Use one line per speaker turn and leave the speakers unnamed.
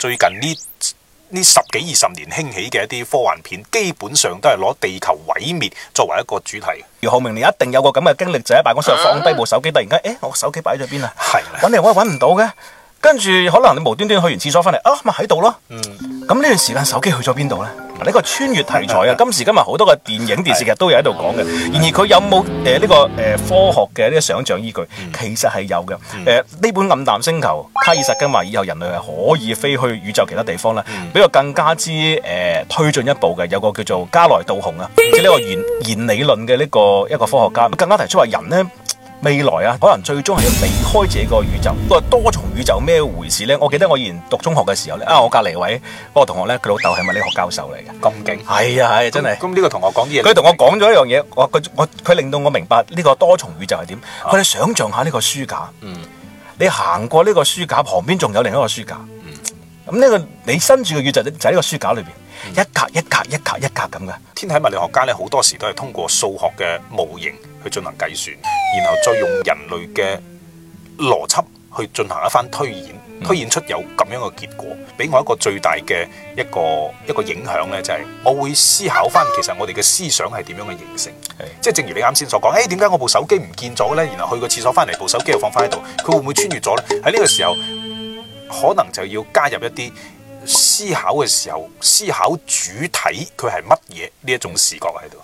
最近呢呢十幾二十年興起嘅一啲科幻片，基本上都係攞地球毀滅作為一個主題。
姚浩明，你一定有個咁嘅經歷，就喺辦公室度放低部手機，突然間，誒，我手機擺咗邊啊？
係啦，
揾嚟揾去揾唔到嘅，跟住可能你無端端去完廁所翻嚟，啊咪喺度咯。
嗯
咁呢段時間手機去咗邊度呢？嗱呢個穿越題材啊，今時今日好多嘅電影電視劇都有喺度講嘅。然而佢有冇呃誒呢個誒科學嘅呢個想像依據？其實係有嘅。誒呢本《暗淡星球》，卡爾薩根話以後人類係可以飛去宇宙其他地方啦。比較更加之誒推進一步嘅，有個叫做加萊道雄啊，即係呢個弦弦理論嘅呢個一個科學家，更加提出話人呢。未來啊，可能最終係要離開自己個宇宙。個多重宇宙咩回事呢？我記得我以前讀中學嘅時候呢，啊，我隔離位嗰個同學呢，佢老豆係物理學教授嚟嘅。
咁勁，
係啊，係啊真係。
咁呢個同學講啲嘢，
佢同我講咗一樣嘢，我佢我佢令到我明白呢個多重宇宙係點。佢哋想象下呢個書架，你行過呢個書架旁邊仲有另一個書架，咁呢、個你身處嘅宇宙就就喺呢個書架裏邊，一格一格一格一格咁嘅。
天體物理學家咧好多時都係通過數學嘅模型去進行計算，然後再用人類嘅邏輯去進行一番推演，推演出有咁樣嘅結果。俾我一個最大嘅一個一個影響呢，就係、我會思考翻其實我哋嘅思想係點樣嘅形成。即係正如你啱先所講，哎誒點解我部手機唔見咗呢？然後去個廁所翻嚟，部手機又放翻喺度，佢會唔會穿越咗呢？喺呢個時候，可能就要加入一啲思考嘅時候，思考主體佢係乜嘢呢一種視覺喺度。